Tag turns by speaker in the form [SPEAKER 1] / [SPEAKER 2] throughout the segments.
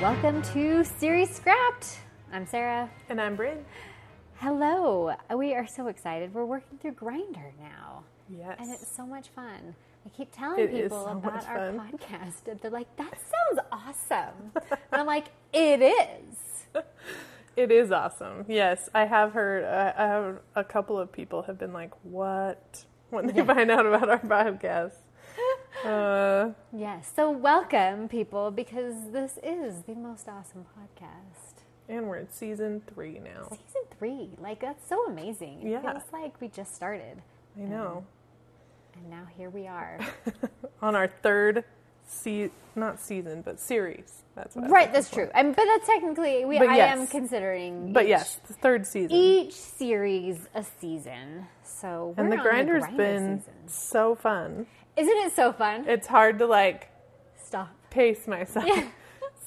[SPEAKER 1] Welcome to Series Scrapped. I'm Sarah.
[SPEAKER 2] And I'm Bryn.
[SPEAKER 1] Hello. We are so excited. We're working through Grinder now,
[SPEAKER 2] Yes.
[SPEAKER 1] and it's so much fun. I keep telling
[SPEAKER 2] It is
[SPEAKER 1] people
[SPEAKER 2] so
[SPEAKER 1] about
[SPEAKER 2] much
[SPEAKER 1] our
[SPEAKER 2] fun.
[SPEAKER 1] podcast, and they're like, "That sounds awesome." and I'm like, "It is."
[SPEAKER 2] It is awesome. Yes, I have heard. Uh, I have a couple of people have been like, "What?" when they find out about our podcast. Uh,
[SPEAKER 1] Yes. So welcome, people, because this is the most awesome podcast.
[SPEAKER 2] and we're at season three now.
[SPEAKER 1] Season three, like that's so amazing. It
[SPEAKER 2] Yeah.
[SPEAKER 1] feels like we just started,
[SPEAKER 2] I know.
[SPEAKER 1] and now here we are.
[SPEAKER 2] On our third se- not season, but series. That's what I was
[SPEAKER 1] right.
[SPEAKER 2] looking
[SPEAKER 1] That's
[SPEAKER 2] for.
[SPEAKER 1] true. i but that's technically we.
[SPEAKER 2] But
[SPEAKER 1] I
[SPEAKER 2] yes.
[SPEAKER 1] am considering.
[SPEAKER 2] But
[SPEAKER 1] each-
[SPEAKER 2] yes, the third season.
[SPEAKER 1] Each series a season, so we're
[SPEAKER 2] and the
[SPEAKER 1] on
[SPEAKER 2] grinder's
[SPEAKER 1] grinder
[SPEAKER 2] been
[SPEAKER 1] season.
[SPEAKER 2] so fun.
[SPEAKER 1] Isn't it so fun?
[SPEAKER 2] It's hard to like
[SPEAKER 1] Stop.
[SPEAKER 2] pace myself.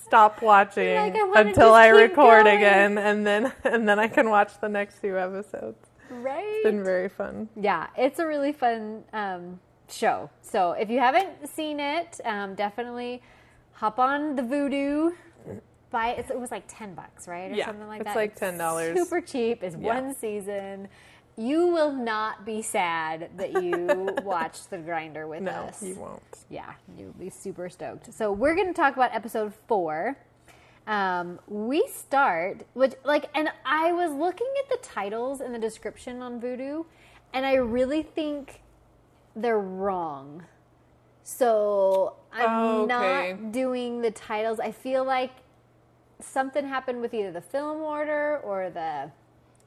[SPEAKER 2] Stop watching
[SPEAKER 1] Like, I wanna
[SPEAKER 2] until
[SPEAKER 1] just
[SPEAKER 2] I
[SPEAKER 1] keep
[SPEAKER 2] record
[SPEAKER 1] going.
[SPEAKER 2] again, and then and then I can watch the next few episodes.
[SPEAKER 1] Right.
[SPEAKER 2] It's been very fun.
[SPEAKER 1] Yeah, it's a really fun um, show. So if you haven't seen it, um, definitely hop on the Voodoo. Buy it. It was like ten bucks, right, or
[SPEAKER 2] Yeah,
[SPEAKER 1] something like
[SPEAKER 2] it's
[SPEAKER 1] that.
[SPEAKER 2] like $10.
[SPEAKER 1] Super cheap. It's
[SPEAKER 2] Yeah.
[SPEAKER 1] one season. You will not be sad that you watched The Grinder with
[SPEAKER 2] No,
[SPEAKER 1] us.
[SPEAKER 2] you won't.
[SPEAKER 1] Yeah, you'll be super stoked. So we're going to talk about episode four. Um, we start which like, and I was looking at the titles and the description on Voodoo, and I really think they're wrong. So I'm
[SPEAKER 2] Oh, Okay.
[SPEAKER 1] not doing the titles. I feel like something happened with either the film order or the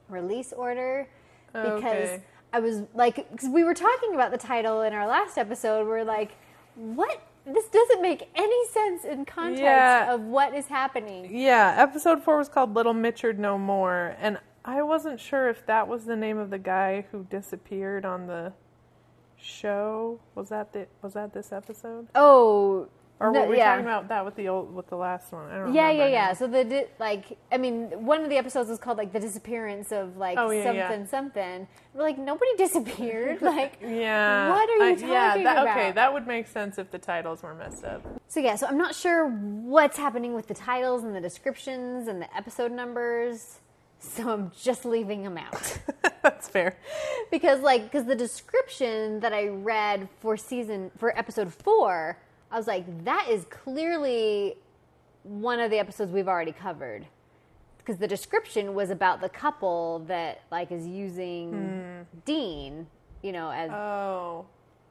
[SPEAKER 1] release order because
[SPEAKER 2] Oh, Okay.
[SPEAKER 1] I was like, because we were talking about the title in our last episode. We're like, what? This doesn't make any sense in context
[SPEAKER 2] Yeah.
[SPEAKER 1] of what is happening.
[SPEAKER 2] Yeah, episode four was called Little Mitchard No More, and I wasn't sure if that was the name of the guy who disappeared on the show. Was that the was that this episode?
[SPEAKER 1] Oh,
[SPEAKER 2] Or
[SPEAKER 1] no,
[SPEAKER 2] were we
[SPEAKER 1] yeah.
[SPEAKER 2] talking about that with the old with the last one? I don't
[SPEAKER 1] Yeah,
[SPEAKER 2] remember
[SPEAKER 1] yeah, yeah.
[SPEAKER 2] now.
[SPEAKER 1] So the di- like, I mean, one of the episodes was called like the disappearance of like
[SPEAKER 2] Oh, yeah,
[SPEAKER 1] something
[SPEAKER 2] yeah.
[SPEAKER 1] something. We're like, nobody disappeared. Like,
[SPEAKER 2] Yeah.
[SPEAKER 1] What are you
[SPEAKER 2] I-
[SPEAKER 1] talking
[SPEAKER 2] that,
[SPEAKER 1] about?
[SPEAKER 2] Okay, that would make sense if the titles were messed up.
[SPEAKER 1] So yeah, so I'm not sure what's happening with the titles and the descriptions and the episode numbers. So I'm just leaving them out
[SPEAKER 2] That's fair.
[SPEAKER 1] because like because the description that I read for season for episode 4, I was like that is clearly one of the episodes we've already covered. Because the description was about the couple that like is using Dean, you know, as
[SPEAKER 2] Oh. Hmm.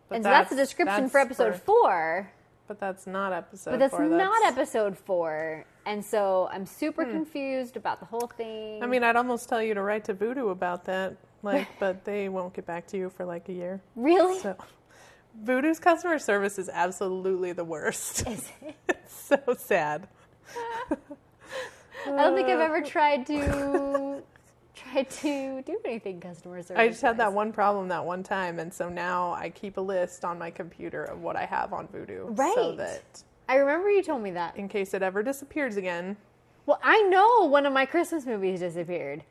[SPEAKER 2] But
[SPEAKER 1] and so that's the description
[SPEAKER 2] that's
[SPEAKER 1] for episode 4.
[SPEAKER 2] But that's not episode
[SPEAKER 1] But that's
[SPEAKER 2] four. Hmm.
[SPEAKER 1] not episode four. And so I'm super confused about the whole thing.
[SPEAKER 2] I mean, I'd almost tell you to write to Voodoo about that, like, but they won't get back to you for like a year.
[SPEAKER 1] really?
[SPEAKER 2] So, Voodoo's customer service is absolutely the worst.
[SPEAKER 1] Is it?
[SPEAKER 2] It's so sad.
[SPEAKER 1] I don't think
[SPEAKER 2] Uh,
[SPEAKER 1] I've ever tried to tried to do anything customer service.
[SPEAKER 2] I just had that
[SPEAKER 1] wise.
[SPEAKER 2] one problem that one time, and so now I keep a list on my computer of what I have on Voodoo, so
[SPEAKER 1] Right.
[SPEAKER 2] that
[SPEAKER 1] I remember you told me that.
[SPEAKER 2] in case it ever disappears again,
[SPEAKER 1] Well, I know one of my Christmas movies disappeared.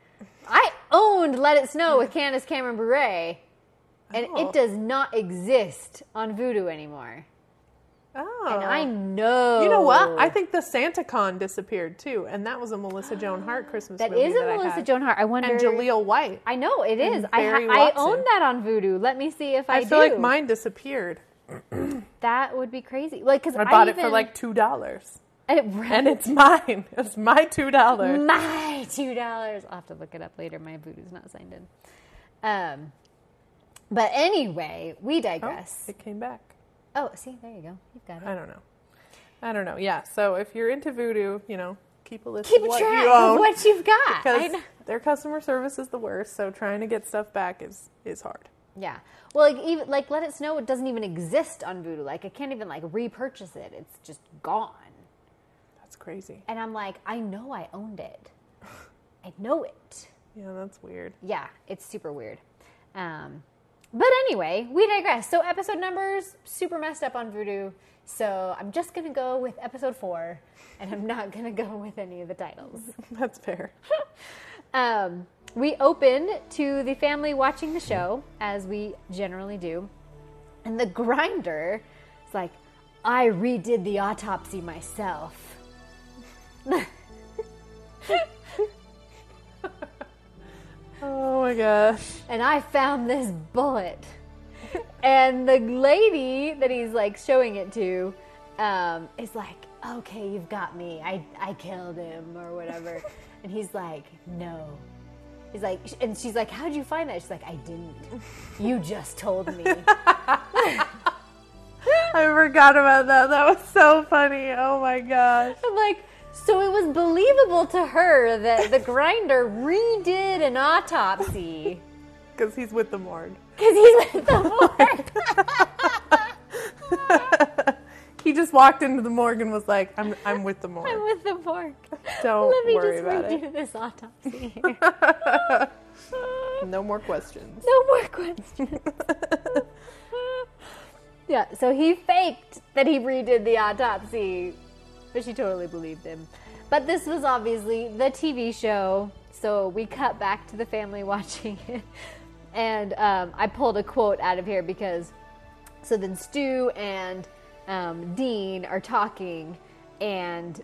[SPEAKER 1] I owned Let It Snow with Candace Cameron Bure, and
[SPEAKER 2] Oh.
[SPEAKER 1] it does not exist on Voodoo anymore.
[SPEAKER 2] Oh.
[SPEAKER 1] And I know.
[SPEAKER 2] You know what? I think the SantaCon disappeared too, and that was a Melissa Joan Hart Christmas
[SPEAKER 1] that
[SPEAKER 2] movie.
[SPEAKER 1] is
[SPEAKER 2] that
[SPEAKER 1] a
[SPEAKER 2] I
[SPEAKER 1] Melissa
[SPEAKER 2] had.
[SPEAKER 1] Joan Hart. I wonder.
[SPEAKER 2] and Jaleel White.
[SPEAKER 1] I know it is. I,
[SPEAKER 2] Barry
[SPEAKER 1] ha- I
[SPEAKER 2] Watson.
[SPEAKER 1] own that on Voodoo. Let me see if I,
[SPEAKER 2] I, feel
[SPEAKER 1] do.
[SPEAKER 2] like mine disappeared.
[SPEAKER 1] that would be crazy. Like because
[SPEAKER 2] I bought it
[SPEAKER 1] even,
[SPEAKER 2] for like two dollars,
[SPEAKER 1] I,
[SPEAKER 2] and it's mine. It's my two dollars.
[SPEAKER 1] my two dollars. I'll have to look it up later. My Voodoo's not signed in. Um, but anyway, we digress.
[SPEAKER 2] It came back.
[SPEAKER 1] Oh, see, there you go. You've got it.
[SPEAKER 2] I don't know. I don't know. Yeah. So if you're into voodoo, you know, keep a list
[SPEAKER 1] Keep
[SPEAKER 2] of what
[SPEAKER 1] track
[SPEAKER 2] you own
[SPEAKER 1] of what you've got. I
[SPEAKER 2] because
[SPEAKER 1] know.
[SPEAKER 2] their customer service is the worst. So trying to get stuff back is is hard.
[SPEAKER 1] Yeah. Well, like even like Let It Snow, it doesn't even exist on Voodoo. Like I can't even like repurchase it. It's just gone.
[SPEAKER 2] That's crazy.
[SPEAKER 1] And I'm like, I know I owned it. I know it.
[SPEAKER 2] Yeah, that's weird.
[SPEAKER 1] yeah, it's super weird. Um, but anyway, we digress. So episode numbers super messed up on Voodoo. So I'm just gonna go with episode four, and I'm not gonna go with any of the titles.
[SPEAKER 2] That's fair.
[SPEAKER 1] Um, we open to the family watching the show, as we generally do, and the grinder is like, "I redid the autopsy myself."
[SPEAKER 2] Oh my gosh.
[SPEAKER 1] and I found this bullet. and the lady that he's like showing it to um, is like, okay, you've got me. I, I killed him or whatever. and he's like, no. He's like, and she's like, how'd you find that? She's like, I didn't. You just told me.
[SPEAKER 2] I forgot about that. That was so funny. Oh my gosh.
[SPEAKER 1] I'm like, so it was believable to her that the grinder redid an autopsy
[SPEAKER 2] Because he's with the morgue.
[SPEAKER 1] because he's with the morgue.
[SPEAKER 2] He just walked into the morgue and was like, I'm, I'm with the morgue.
[SPEAKER 1] I'm with the morgue.
[SPEAKER 2] Don't
[SPEAKER 1] Let me
[SPEAKER 2] worry
[SPEAKER 1] just
[SPEAKER 2] about
[SPEAKER 1] redo
[SPEAKER 2] it.
[SPEAKER 1] this autopsy. here.
[SPEAKER 2] No more questions.
[SPEAKER 1] no more questions. yeah, so he faked that he redid the autopsy, but she totally believed him. But this was obviously the TV show, so we cut back to the family watching it. And um, I pulled a quote out of here because so then Stu and um, Dean are talking, and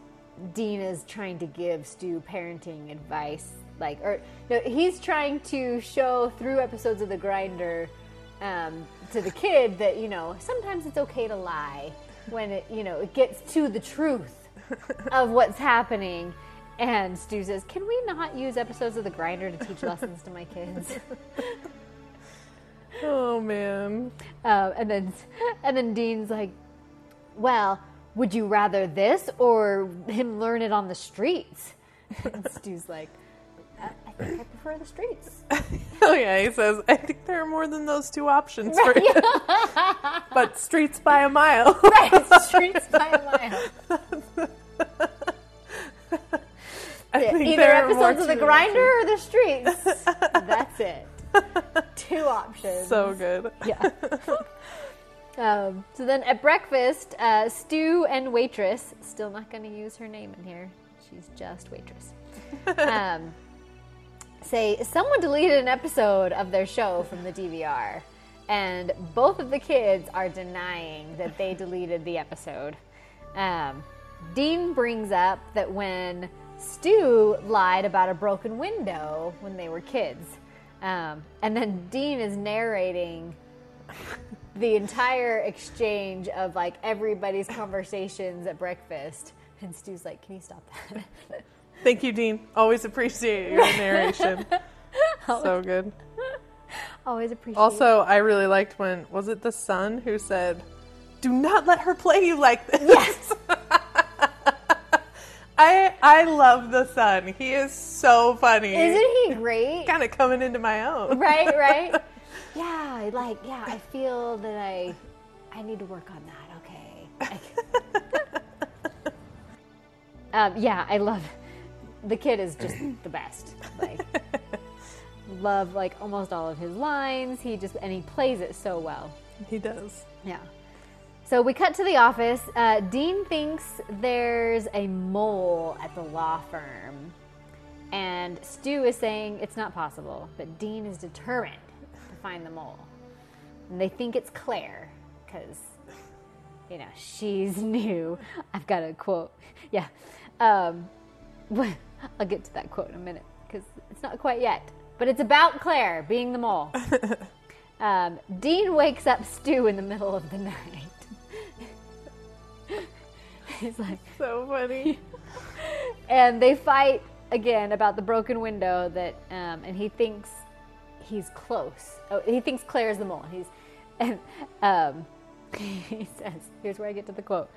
[SPEAKER 1] Dean is trying to give Stu parenting advice. Like, or no, he's trying to show through episodes of The Grinder um, to the kid that you know sometimes it's okay to lie when it you know it gets to the truth of what's happening. And Stu says, "Can we not use episodes of The Grinder to teach lessons to my kids?"
[SPEAKER 2] Oh man.
[SPEAKER 1] Um, and then and then Dean's like, "Well, would you rather this or him learn it on the streets?" And Stu's like, I, "I think I prefer the streets."
[SPEAKER 2] Oh yeah, he says, I think there are more than those two options for you. but streets by a mile.
[SPEAKER 1] right, streets by a mile.
[SPEAKER 2] I think
[SPEAKER 1] Either
[SPEAKER 2] there are more
[SPEAKER 1] episodes of the
[SPEAKER 2] to it.
[SPEAKER 1] grinder or the streets. That's it. Two options.
[SPEAKER 2] So good.
[SPEAKER 1] yeah. Um, so then at breakfast, uh, Stu and waitress, still not going to use her name in here. She's just waitress. Um, say someone deleted an episode of their show from the DVR, and both of the kids are denying that they deleted the episode. Um, Dean brings up that when Stu lied about a broken window when they were kids, um, and then Dean is narrating the entire exchange of like everybody's conversations at breakfast. And Stu's like, "Can you stop that?"
[SPEAKER 2] Thank you, Dean. Always appreciate your narration. so good.
[SPEAKER 1] Always appreciate.
[SPEAKER 2] Also, I really liked when was it the son who said, "Do not let her play you like this."
[SPEAKER 1] yes,
[SPEAKER 2] I I love the son. He is so funny.
[SPEAKER 1] isn't he great?
[SPEAKER 2] kind of coming into my own?
[SPEAKER 1] Right, right. Yeah, like yeah, I feel that I, I need to work on that. Okay. um, yeah, I love. The kid is just the best. Like, love like almost all of his lines. He just and he plays it so well.
[SPEAKER 2] He does.
[SPEAKER 1] Yeah. So we cut to the office. Uh, Dean thinks there's a mole at the law firm. And Stu is saying it's not possible, but Dean is determined to find the mole. And they think it's Claire, because, you know, she's new. I've got a quote. Yeah. Um, I'll get to that quote in a minute, because it's not quite yet. But it's about Claire being the mole. Um, Dean wakes up Stu in the middle of the night. He's like,
[SPEAKER 2] So funny.
[SPEAKER 1] and they fight again about the broken window that, um, and he thinks he's close. Oh, he thinks Claire's the mole. He's, and um, he says, here's where I get to the quote.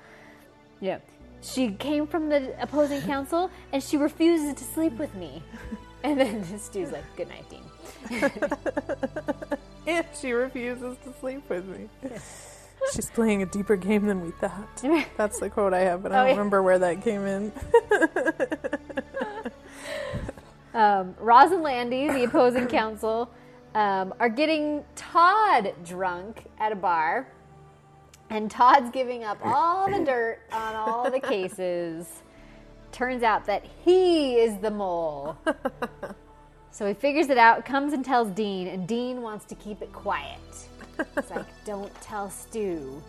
[SPEAKER 1] Yeah, she came from the opposing council, and she refuses to sleep with me. And then Stu's like, "Good night, Dean."
[SPEAKER 2] and she refuses to sleep with me. She's playing a deeper game than we thought. That's the quote I have, but I
[SPEAKER 1] Oh,
[SPEAKER 2] don't
[SPEAKER 1] yeah.
[SPEAKER 2] remember where that came in.
[SPEAKER 1] um, Roz and Landy, the opposing counsel, um, are getting Todd drunk at a bar, and Todd's giving up all the dirt on all the cases. Turns out that he is the mole. So he figures it out, comes and tells Dean, and Dean wants to keep it quiet. It's like, don't tell Stu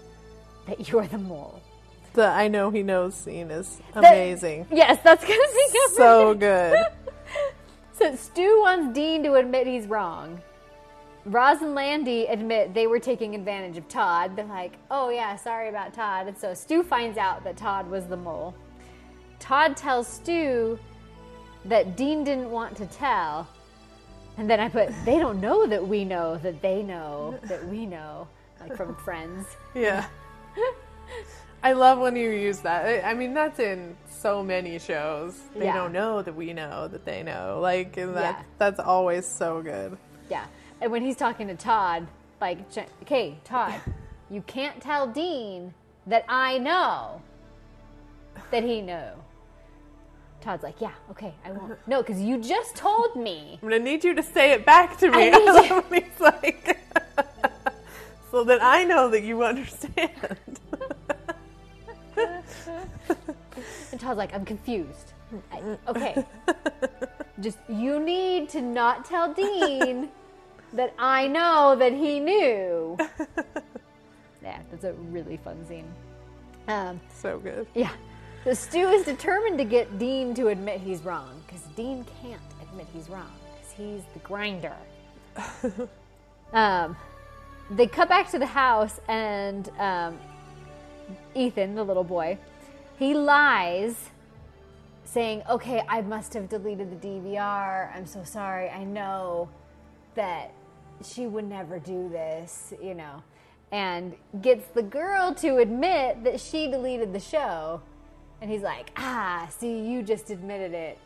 [SPEAKER 1] that you're the mole.
[SPEAKER 2] The I know he knows scene is amazing.
[SPEAKER 1] Yes, that's gonna be covered.
[SPEAKER 2] so good.
[SPEAKER 1] So Stu wants Dean to admit he's wrong. Roz and Landy admit they were taking advantage of Todd. They're like, oh yeah, sorry about Todd. And so Stu finds out that Todd was the mole. Todd tells Stu that Dean didn't want to tell. And then I put, they don't know that we know that they know that we know. Like from Friends.
[SPEAKER 2] Yeah. I love when you use that. I- I mean, that's in so many shows. They
[SPEAKER 1] Yeah.
[SPEAKER 2] don't know that we know that they know. Like, and that
[SPEAKER 1] Yeah.
[SPEAKER 2] that's always so good.
[SPEAKER 1] Yeah. And when he's talking to Todd, like, Ch- okay, Todd, you can't tell Dean that I know that he knew. Todd's like, yeah, okay, I won't. No, because you just told me.
[SPEAKER 2] I'm gonna need you to say it back to me.
[SPEAKER 1] I need
[SPEAKER 2] love
[SPEAKER 1] you-
[SPEAKER 2] when he's like, so that I know that you understand.
[SPEAKER 1] And Todd's like, I'm confused. I, okay. Just, you need to not tell Dean that I know that he knew. Yeah, that's a really fun scene. Um,
[SPEAKER 2] so good.
[SPEAKER 1] Yeah. So Stu is determined to get Dean to admit he's wrong, because Dean can't admit he's wrong, because he's the grinder. um, they cut back to the house, and um, Ethan, the little boy, he lies, saying, Okay, I must have deleted the DVR. I'm so sorry. I know that she would never do this, you know, and gets the girl to admit that she deleted the show. And he's like, "Ah, see, you just admitted it,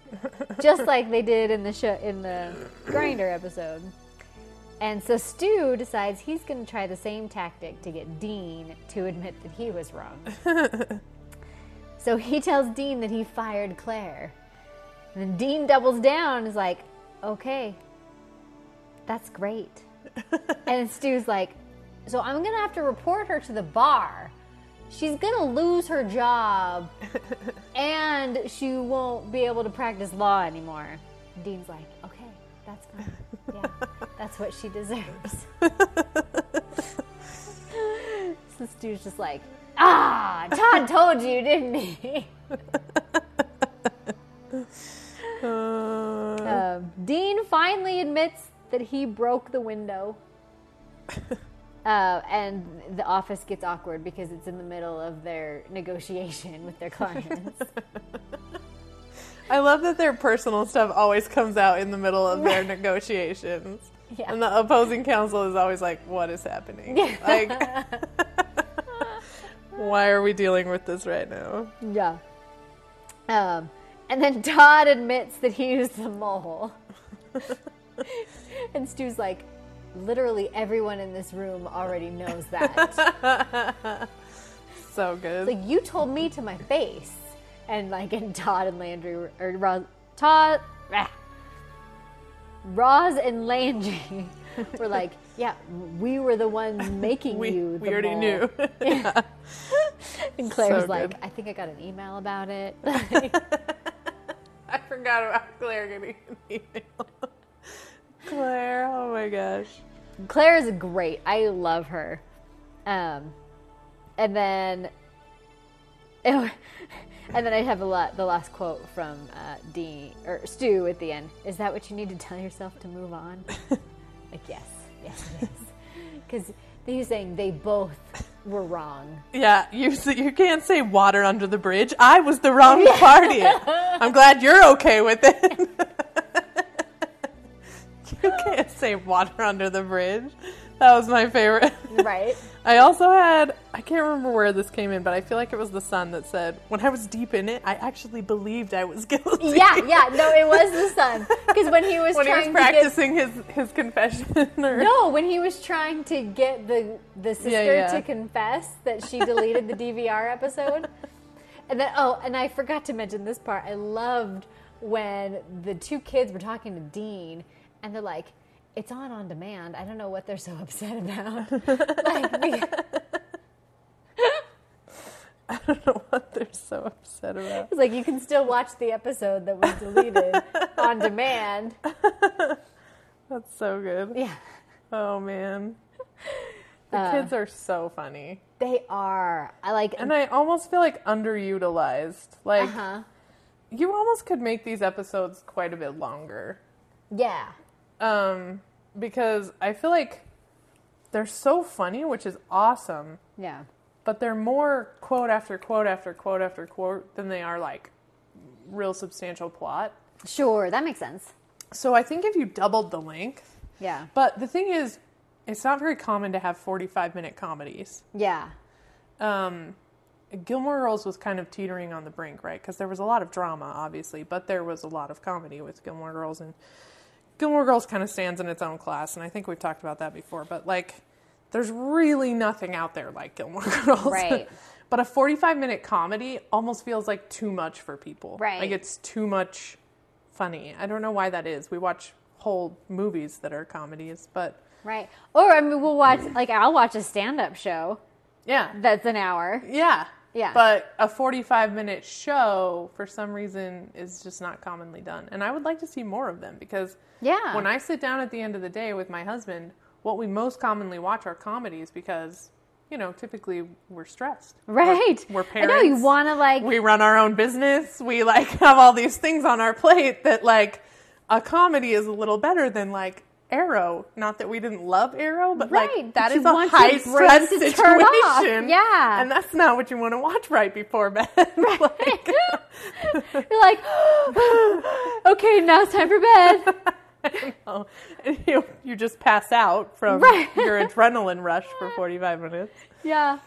[SPEAKER 1] just like they did in the show in the grinder episode." And so Stu decides he's going to try the same tactic to get Dean to admit that he was wrong. so he tells Dean that he fired Claire. And then Dean doubles down and is like, "Okay, that's great. and Stu's like, so I'm gonna have to report her to the bar. She's gonna lose her job, and she won't be able to practice law anymore. Dean's like, okay, that's fine. Yeah, that's what she deserves. so Stu's just like, ah, Todd told you, didn't he?
[SPEAKER 2] Uh,
[SPEAKER 1] Um, Dean finally admits that he broke the window. Uh, and the office gets awkward because it's in the middle of their negotiation with their clients.
[SPEAKER 2] I love that their personal stuff always comes out in the middle of their negotiations.
[SPEAKER 1] Yeah.
[SPEAKER 2] And the opposing counsel is always like, what is happening? Like, why are we dealing with this right now?
[SPEAKER 1] yeah. Um, and then Todd admits that he was the mole. and Stu's like, literally everyone in this room already knows that.
[SPEAKER 2] So good.
[SPEAKER 1] like you told me to my face and like and todd and landry were- or roz todd rah. roz and landry were like yeah we were the ones making
[SPEAKER 2] we
[SPEAKER 1] you the
[SPEAKER 2] we already
[SPEAKER 1] mole."
[SPEAKER 2] knew.
[SPEAKER 1] and claire's
[SPEAKER 2] So
[SPEAKER 1] like
[SPEAKER 2] good.
[SPEAKER 1] i think i got an email about it
[SPEAKER 2] I forgot about Claire getting an email. Claire, oh my gosh.
[SPEAKER 1] Claire is great. I love her. Um, and then, and then I have a lot. The last quote from uh, Dean or Stu at the end is that what you need to tell yourself to move on? like yes, yes it is. Because he's saying they both were wrong.
[SPEAKER 2] Yeah, you s- you can't say water under the bridge. I was the wrong party. I'm glad you're okay with it. you can't say water under the bridge. That was my favorite.
[SPEAKER 1] Right.
[SPEAKER 2] I also had I can't remember where this came in, but I feel like it was the sun that said, "When I was deep in it, I actually believed I was guilty."
[SPEAKER 1] Yeah, yeah. No, it was the sun. Because when he was
[SPEAKER 2] When he was
[SPEAKER 1] trying to get
[SPEAKER 2] practicing his his confession, or
[SPEAKER 1] No, when he was trying to get the the sister
[SPEAKER 2] yeah.
[SPEAKER 1] to confess that she deleted the DVR episode. And then oh, and I forgot to mention this part. I loved when the two kids were talking to Dean and they're like, "It's on on demand. I don't know what they're so upset about." like we,
[SPEAKER 2] I don't know what they're so upset about.
[SPEAKER 1] it's like you can still watch the episode that was deleted on demand.
[SPEAKER 2] That's so good.
[SPEAKER 1] Yeah.
[SPEAKER 2] Oh man. The kids are so funny.
[SPEAKER 1] They are. I like.
[SPEAKER 2] And I almost feel like underutilized. Like
[SPEAKER 1] huh.
[SPEAKER 2] you almost could make these episodes quite a bit longer.
[SPEAKER 1] Yeah.
[SPEAKER 2] Um because I feel like they're so funny, which is awesome,
[SPEAKER 1] Yeah.
[SPEAKER 2] but they're more quote after quote after quote after quote than they are like real substantial plot.
[SPEAKER 1] Sure. That makes sense.
[SPEAKER 2] So I think if you doubled the length,
[SPEAKER 1] Yeah.
[SPEAKER 2] but the thing is it's not very common to have 45 minute comedies.
[SPEAKER 1] Yeah.
[SPEAKER 2] um, Gilmore Girls was kind of teetering on the brink, right? Because there was a lot of drama, obviously, but there was a lot of comedy with Gilmore Girls, and Gilmore Girls kind of stands in its own class, and I think we've talked about that before. But like, there's really nothing out there like Gilmore Girls,
[SPEAKER 1] Right.
[SPEAKER 2] but a 45 minute comedy almost feels like too much for people,
[SPEAKER 1] Right.
[SPEAKER 2] Like it's too much funny. I don't know why that is. We watch whole movies that are comedies, but
[SPEAKER 1] Right. Or I mean, we'll watch. Like, I'll watch a stand-up show
[SPEAKER 2] yeah,
[SPEAKER 1] that's an hour.
[SPEAKER 2] Yeah.
[SPEAKER 1] Yeah.
[SPEAKER 2] But a 45 minute show, for some reason, is just not commonly done. And I would like to see more of them because
[SPEAKER 1] Yeah.
[SPEAKER 2] when I sit down at the end of the day with my husband, what we most commonly watch are comedies because, you know, typically we're stressed.
[SPEAKER 1] Right.
[SPEAKER 2] We're, we're
[SPEAKER 1] I
[SPEAKER 2] parents.
[SPEAKER 1] know you want to like.
[SPEAKER 2] We run our own business. We like have all these things on our plate that like a comedy is a little better than like Arrow. Not that we didn't love Arrow, but
[SPEAKER 1] Right,
[SPEAKER 2] like that
[SPEAKER 1] but you
[SPEAKER 2] is a
[SPEAKER 1] want your
[SPEAKER 2] high stress
[SPEAKER 1] brain to
[SPEAKER 2] situation.
[SPEAKER 1] turn off. Yeah.
[SPEAKER 2] and that's not what you want to watch right before bed. like,
[SPEAKER 1] You're like, okay, now it's time for bed.
[SPEAKER 2] I know. oh, And you, you just pass out from
[SPEAKER 1] Right.
[SPEAKER 2] your adrenaline rush for forty five minutes.
[SPEAKER 1] Yeah.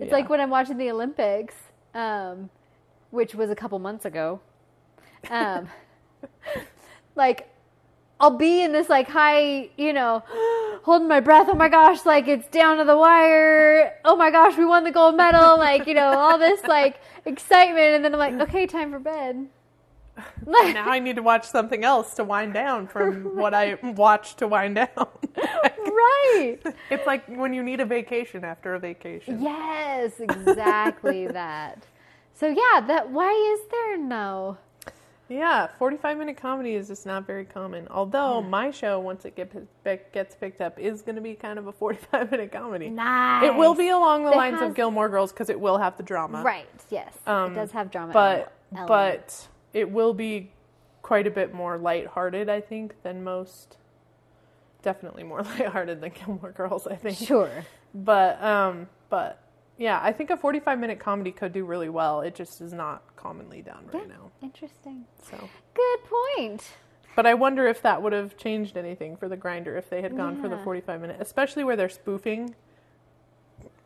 [SPEAKER 1] It's
[SPEAKER 2] Yeah.
[SPEAKER 1] like when I'm watching the Olympics, um, which was a couple months ago. Um, like, I'll be in this like high, you know, holding my breath. Oh my gosh, like it's down to the wire. Oh my gosh, we won the gold medal. Like you know, all this like excitement, and then I'm like, okay, time for bed. Like,
[SPEAKER 2] Now I need to watch something else to wind down from what I watched to wind down.
[SPEAKER 1] right?
[SPEAKER 2] It's like when you need a vacation after a vacation.
[SPEAKER 1] Yes, exactly that. So yeah, that why is there no?
[SPEAKER 2] Yeah, 45 minute comedy is just not very common. Although
[SPEAKER 1] Mm.
[SPEAKER 2] my show, once it get, pic- gets picked up, is going to be kind of a 45 minute comedy.
[SPEAKER 1] Nice.
[SPEAKER 2] It will be along the
[SPEAKER 1] It
[SPEAKER 2] lines
[SPEAKER 1] has-
[SPEAKER 2] of Gilmore Girls because it will have the drama.
[SPEAKER 1] Right. Yes.
[SPEAKER 2] Um,
[SPEAKER 1] it does have drama.
[SPEAKER 2] But,
[SPEAKER 1] ele- element.
[SPEAKER 2] but it will be quite a bit more lighthearted, I think, than most. Definitely more lighthearted than Gilmore Girls, I think.
[SPEAKER 1] sure.
[SPEAKER 2] But, um, but yeah, I think a 45 minute comedy could do really well. It just is not commonly done right now.
[SPEAKER 1] Interesting.
[SPEAKER 2] So.
[SPEAKER 1] Good point.
[SPEAKER 2] But I wonder if that would have changed anything for the grinder if they had gone for the
[SPEAKER 1] Yeah.
[SPEAKER 2] 45 minute, especially where they're spoofing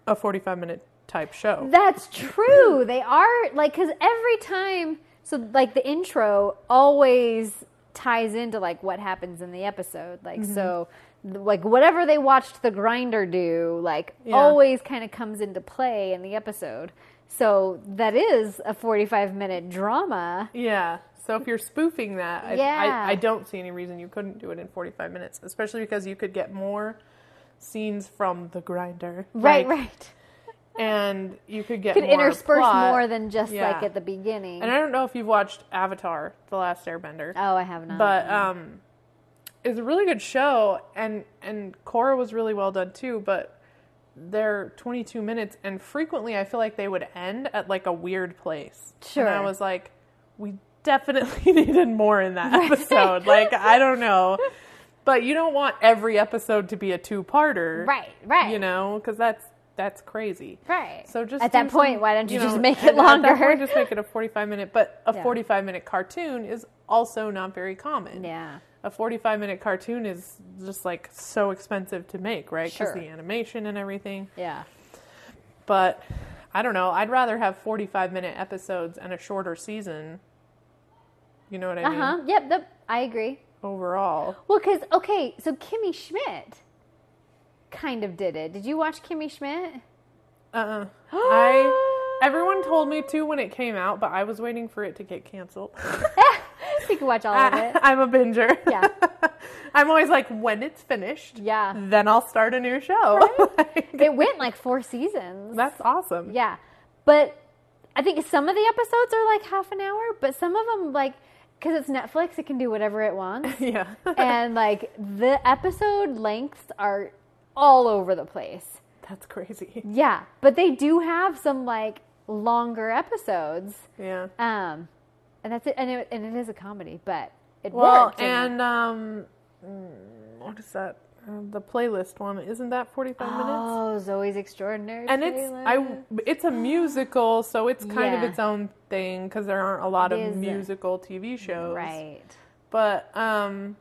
[SPEAKER 2] a 45 minute type show.
[SPEAKER 1] That's true. They are like because every time, so like the intro always ties into like what happens in the episode. Like
[SPEAKER 2] Mm-hmm.
[SPEAKER 1] so, th- like whatever they watched the grinder do, like
[SPEAKER 2] Yeah.
[SPEAKER 1] always kind of comes into play in the episode. So that is a forty-five minute drama.
[SPEAKER 2] yeah. So if you're spoofing that, I,
[SPEAKER 1] Yeah.
[SPEAKER 2] I, I don't see any reason you couldn't do it in 45 minutes, especially because you could get more scenes from the grinder.
[SPEAKER 1] Right.
[SPEAKER 2] like,
[SPEAKER 1] right.
[SPEAKER 2] And you could get
[SPEAKER 1] Could
[SPEAKER 2] more
[SPEAKER 1] intersperse
[SPEAKER 2] plot.
[SPEAKER 1] more than just like
[SPEAKER 2] Yeah.
[SPEAKER 1] at the beginning.
[SPEAKER 2] And I don't know if you've watched Avatar, The Last Airbender.
[SPEAKER 1] Oh, I have not.
[SPEAKER 2] but um it's a really good show and and Cora was really well done too but they're 22 minutes and frequently I feel like they would end at like a weird place and I
[SPEAKER 1] Sure.
[SPEAKER 2] was like we definitely needed more in that episode like I don't know but you don't want every episode to be a two-parter
[SPEAKER 1] Right, right.
[SPEAKER 2] you know cuz that's that's crazy
[SPEAKER 1] Right.
[SPEAKER 2] so just
[SPEAKER 1] At
[SPEAKER 2] do
[SPEAKER 1] that point,
[SPEAKER 2] some-
[SPEAKER 1] why don't you just make it
[SPEAKER 2] at- at that
[SPEAKER 1] longer?
[SPEAKER 2] point, just make it a 45 minute, but a
[SPEAKER 1] Yeah.
[SPEAKER 2] 45 minute cartoon is also not very common.
[SPEAKER 1] yeah,
[SPEAKER 2] A 45 minute cartoon is just like so expensive to make, right? Because
[SPEAKER 1] Sure.
[SPEAKER 2] the animation and everything.
[SPEAKER 1] yeah,
[SPEAKER 2] But I don't know. I'd rather have 45 minute episodes and a shorter season. You know what I
[SPEAKER 1] uh huh.
[SPEAKER 2] mean?
[SPEAKER 1] Yep, yep. I agree.
[SPEAKER 2] Overall.
[SPEAKER 1] Well, because okay, so Kimmy Schmidt kind of did it. Did you watch Kimmy Schmidt?
[SPEAKER 2] Uh-uh. I everyone told me to when it came out, but I was waiting for it to get canceled.
[SPEAKER 1] you can watch all of it.
[SPEAKER 2] I'm a binger.
[SPEAKER 1] Yeah.
[SPEAKER 2] I'm always like, when it's finished,
[SPEAKER 1] Yeah.
[SPEAKER 2] then I'll start a new show. Like,
[SPEAKER 1] It went like four seasons.
[SPEAKER 2] that's awesome.
[SPEAKER 1] Yeah, but I think some of the episodes are like half an hour, but some of them like because it's Netflix, it can do whatever it wants.
[SPEAKER 2] Yeah.
[SPEAKER 1] and like the episode lengths are all over the place.
[SPEAKER 2] That's crazy.
[SPEAKER 1] Yeah, but they do have some like longer episodes.
[SPEAKER 2] Yeah.
[SPEAKER 1] Um, and that's it. And it, and it is a comedy, but it
[SPEAKER 2] Well,
[SPEAKER 1] worked.
[SPEAKER 2] and um, mm, what is that? Uh, the playlist one isn't that forty five minutes?
[SPEAKER 1] oh, Zoe's extraordinary.
[SPEAKER 2] And it's I it's a musical, so it's kind
[SPEAKER 1] Yeah.
[SPEAKER 2] of its own thing because there aren't a lot
[SPEAKER 1] It
[SPEAKER 2] of
[SPEAKER 1] is a-
[SPEAKER 2] musical TV shows,
[SPEAKER 1] right.
[SPEAKER 2] But um,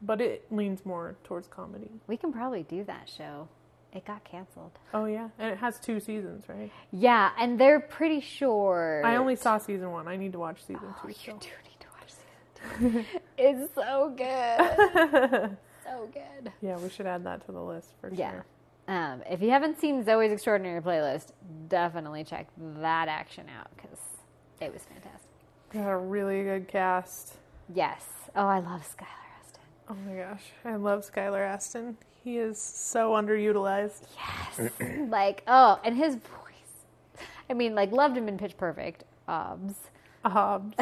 [SPEAKER 2] but it leans more towards comedy.
[SPEAKER 1] We can probably do that show. It got canceled.
[SPEAKER 2] Oh yeah, and it has two seasons, right?
[SPEAKER 1] Yeah, and they're pretty sure.
[SPEAKER 2] I only saw season one. I need to watch season
[SPEAKER 1] Oh,
[SPEAKER 2] two.
[SPEAKER 1] you do
[SPEAKER 2] still.
[SPEAKER 1] need to watch season two. it's so good. so good.
[SPEAKER 2] Yeah, we should add that to the list for
[SPEAKER 1] Yeah.
[SPEAKER 2] sure.
[SPEAKER 1] Um, if you haven't seen Zoe's Extraordinary Playlist, definitely check that action out because it was fantastic.
[SPEAKER 2] Got a really good cast.
[SPEAKER 1] Yes. Oh, I love Skylar Aston.
[SPEAKER 2] Oh my gosh, I love Skylar Aston. He is so underutilized.
[SPEAKER 1] like, oh, and his voice. I mean, like, loved him in Pitch Perfect, obs.
[SPEAKER 2] Um,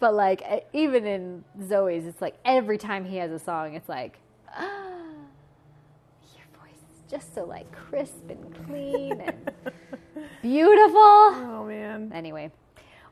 [SPEAKER 1] But, like, e- even in Zoe's, it's like every time he has a song, it's like, ah, your voice is just so, like, crisp and clean and beautiful.
[SPEAKER 2] oh man,
[SPEAKER 1] Anyway,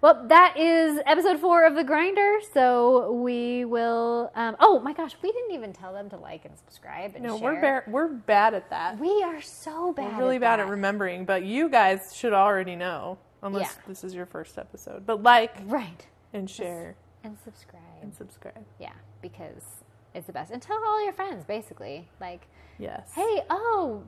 [SPEAKER 1] well, that is episode four of The Grinder. So we will. Um, oh my gosh, we didn't even tell them to like and subscribe and
[SPEAKER 2] no,
[SPEAKER 1] share.
[SPEAKER 2] we're bar- we're bad at that.
[SPEAKER 1] We are so bad.
[SPEAKER 2] We're really bad
[SPEAKER 1] that.
[SPEAKER 2] at remembering, but you guys should already know, unless
[SPEAKER 1] Yeah.
[SPEAKER 2] this is your first episode. But like
[SPEAKER 1] right
[SPEAKER 2] and share
[SPEAKER 1] and subscribe.
[SPEAKER 2] and subscribe.
[SPEAKER 1] Yeah, because it's the best. And tell all your friends, basically. Like,
[SPEAKER 2] Yes.
[SPEAKER 1] hey, oh,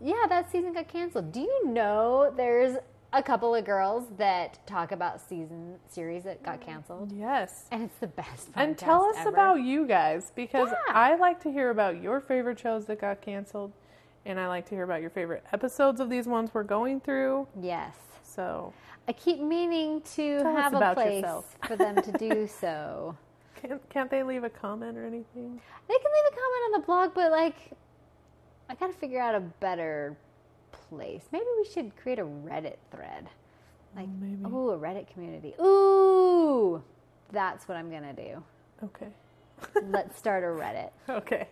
[SPEAKER 1] yeah, that season got canceled. Do you know there's a couple of girls that talk about season series that got canceled?
[SPEAKER 2] Yes.
[SPEAKER 1] And it's the best.
[SPEAKER 2] Mm. And tell
[SPEAKER 1] podcast
[SPEAKER 2] us
[SPEAKER 1] ever.
[SPEAKER 2] about you guys because
[SPEAKER 1] Yeah.
[SPEAKER 2] I like to hear about your favorite shows that got canceled, and I like to hear about your favorite episodes of these ones we're going through.
[SPEAKER 1] yes.
[SPEAKER 2] So
[SPEAKER 1] I keep meaning to
[SPEAKER 2] Tell us
[SPEAKER 1] have a
[SPEAKER 2] about
[SPEAKER 1] place
[SPEAKER 2] yourself.
[SPEAKER 1] for them to do so.
[SPEAKER 2] can't can't they leave a comment or anything?
[SPEAKER 1] They can leave a comment on the blog, but like, I gotta figure out a better place. Maybe we should create a Reddit thread. Like,
[SPEAKER 2] maybe.
[SPEAKER 1] ooh, a Reddit community. Ooh, that's what I'm gonna do.
[SPEAKER 2] Okay.
[SPEAKER 1] Let's start a Reddit.
[SPEAKER 2] Okay.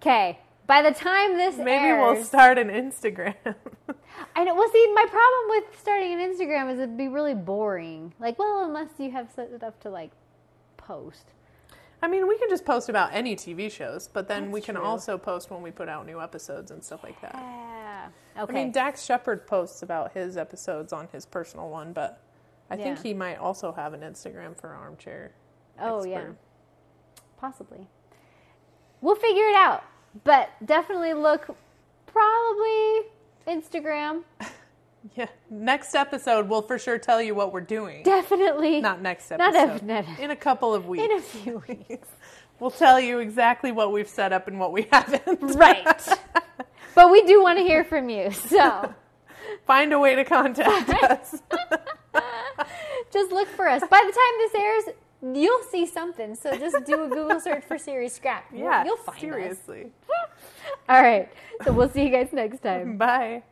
[SPEAKER 1] Okay. By the time this
[SPEAKER 2] Maybe we'll
[SPEAKER 1] airs,
[SPEAKER 2] start an Instagram.
[SPEAKER 1] I know. Well, see, my problem with starting an Instagram is it'd be really boring. Like, well, unless you have stuff to like post.
[SPEAKER 2] I mean, we can just post about any TV shows, but then we
[SPEAKER 1] That's
[SPEAKER 2] can
[SPEAKER 1] true.
[SPEAKER 2] also post when we put out new episodes and stuff like that.
[SPEAKER 1] Yeah. Okay.
[SPEAKER 2] I mean, Dax Shepard posts about his episodes on his personal one, but I think
[SPEAKER 1] Yeah.
[SPEAKER 2] he might also have an Instagram for Armchair.
[SPEAKER 1] Oh yeah,
[SPEAKER 2] Expert.
[SPEAKER 1] possibly. We'll figure it out, but definitely look probably Instagram.
[SPEAKER 2] Yeah. Next episode, we'll for sure tell you what we're doing.
[SPEAKER 1] Definitely
[SPEAKER 2] Not next
[SPEAKER 1] Not
[SPEAKER 2] episode.
[SPEAKER 1] ev- not-
[SPEAKER 2] in a couple of weeks.
[SPEAKER 1] in a few weeks.
[SPEAKER 2] we'll tell you exactly what we've set up and what we haven't.
[SPEAKER 1] right. But we do want to hear from you, so
[SPEAKER 2] Find a way to contact us.
[SPEAKER 1] just look for us. By the time this airs, you'll see something. So just do a Google search for Series Scrap. You'll-
[SPEAKER 2] Yeah.
[SPEAKER 1] you'll find us.
[SPEAKER 2] Seriously.
[SPEAKER 1] All right. So we'll see you guys next time.
[SPEAKER 2] Bye.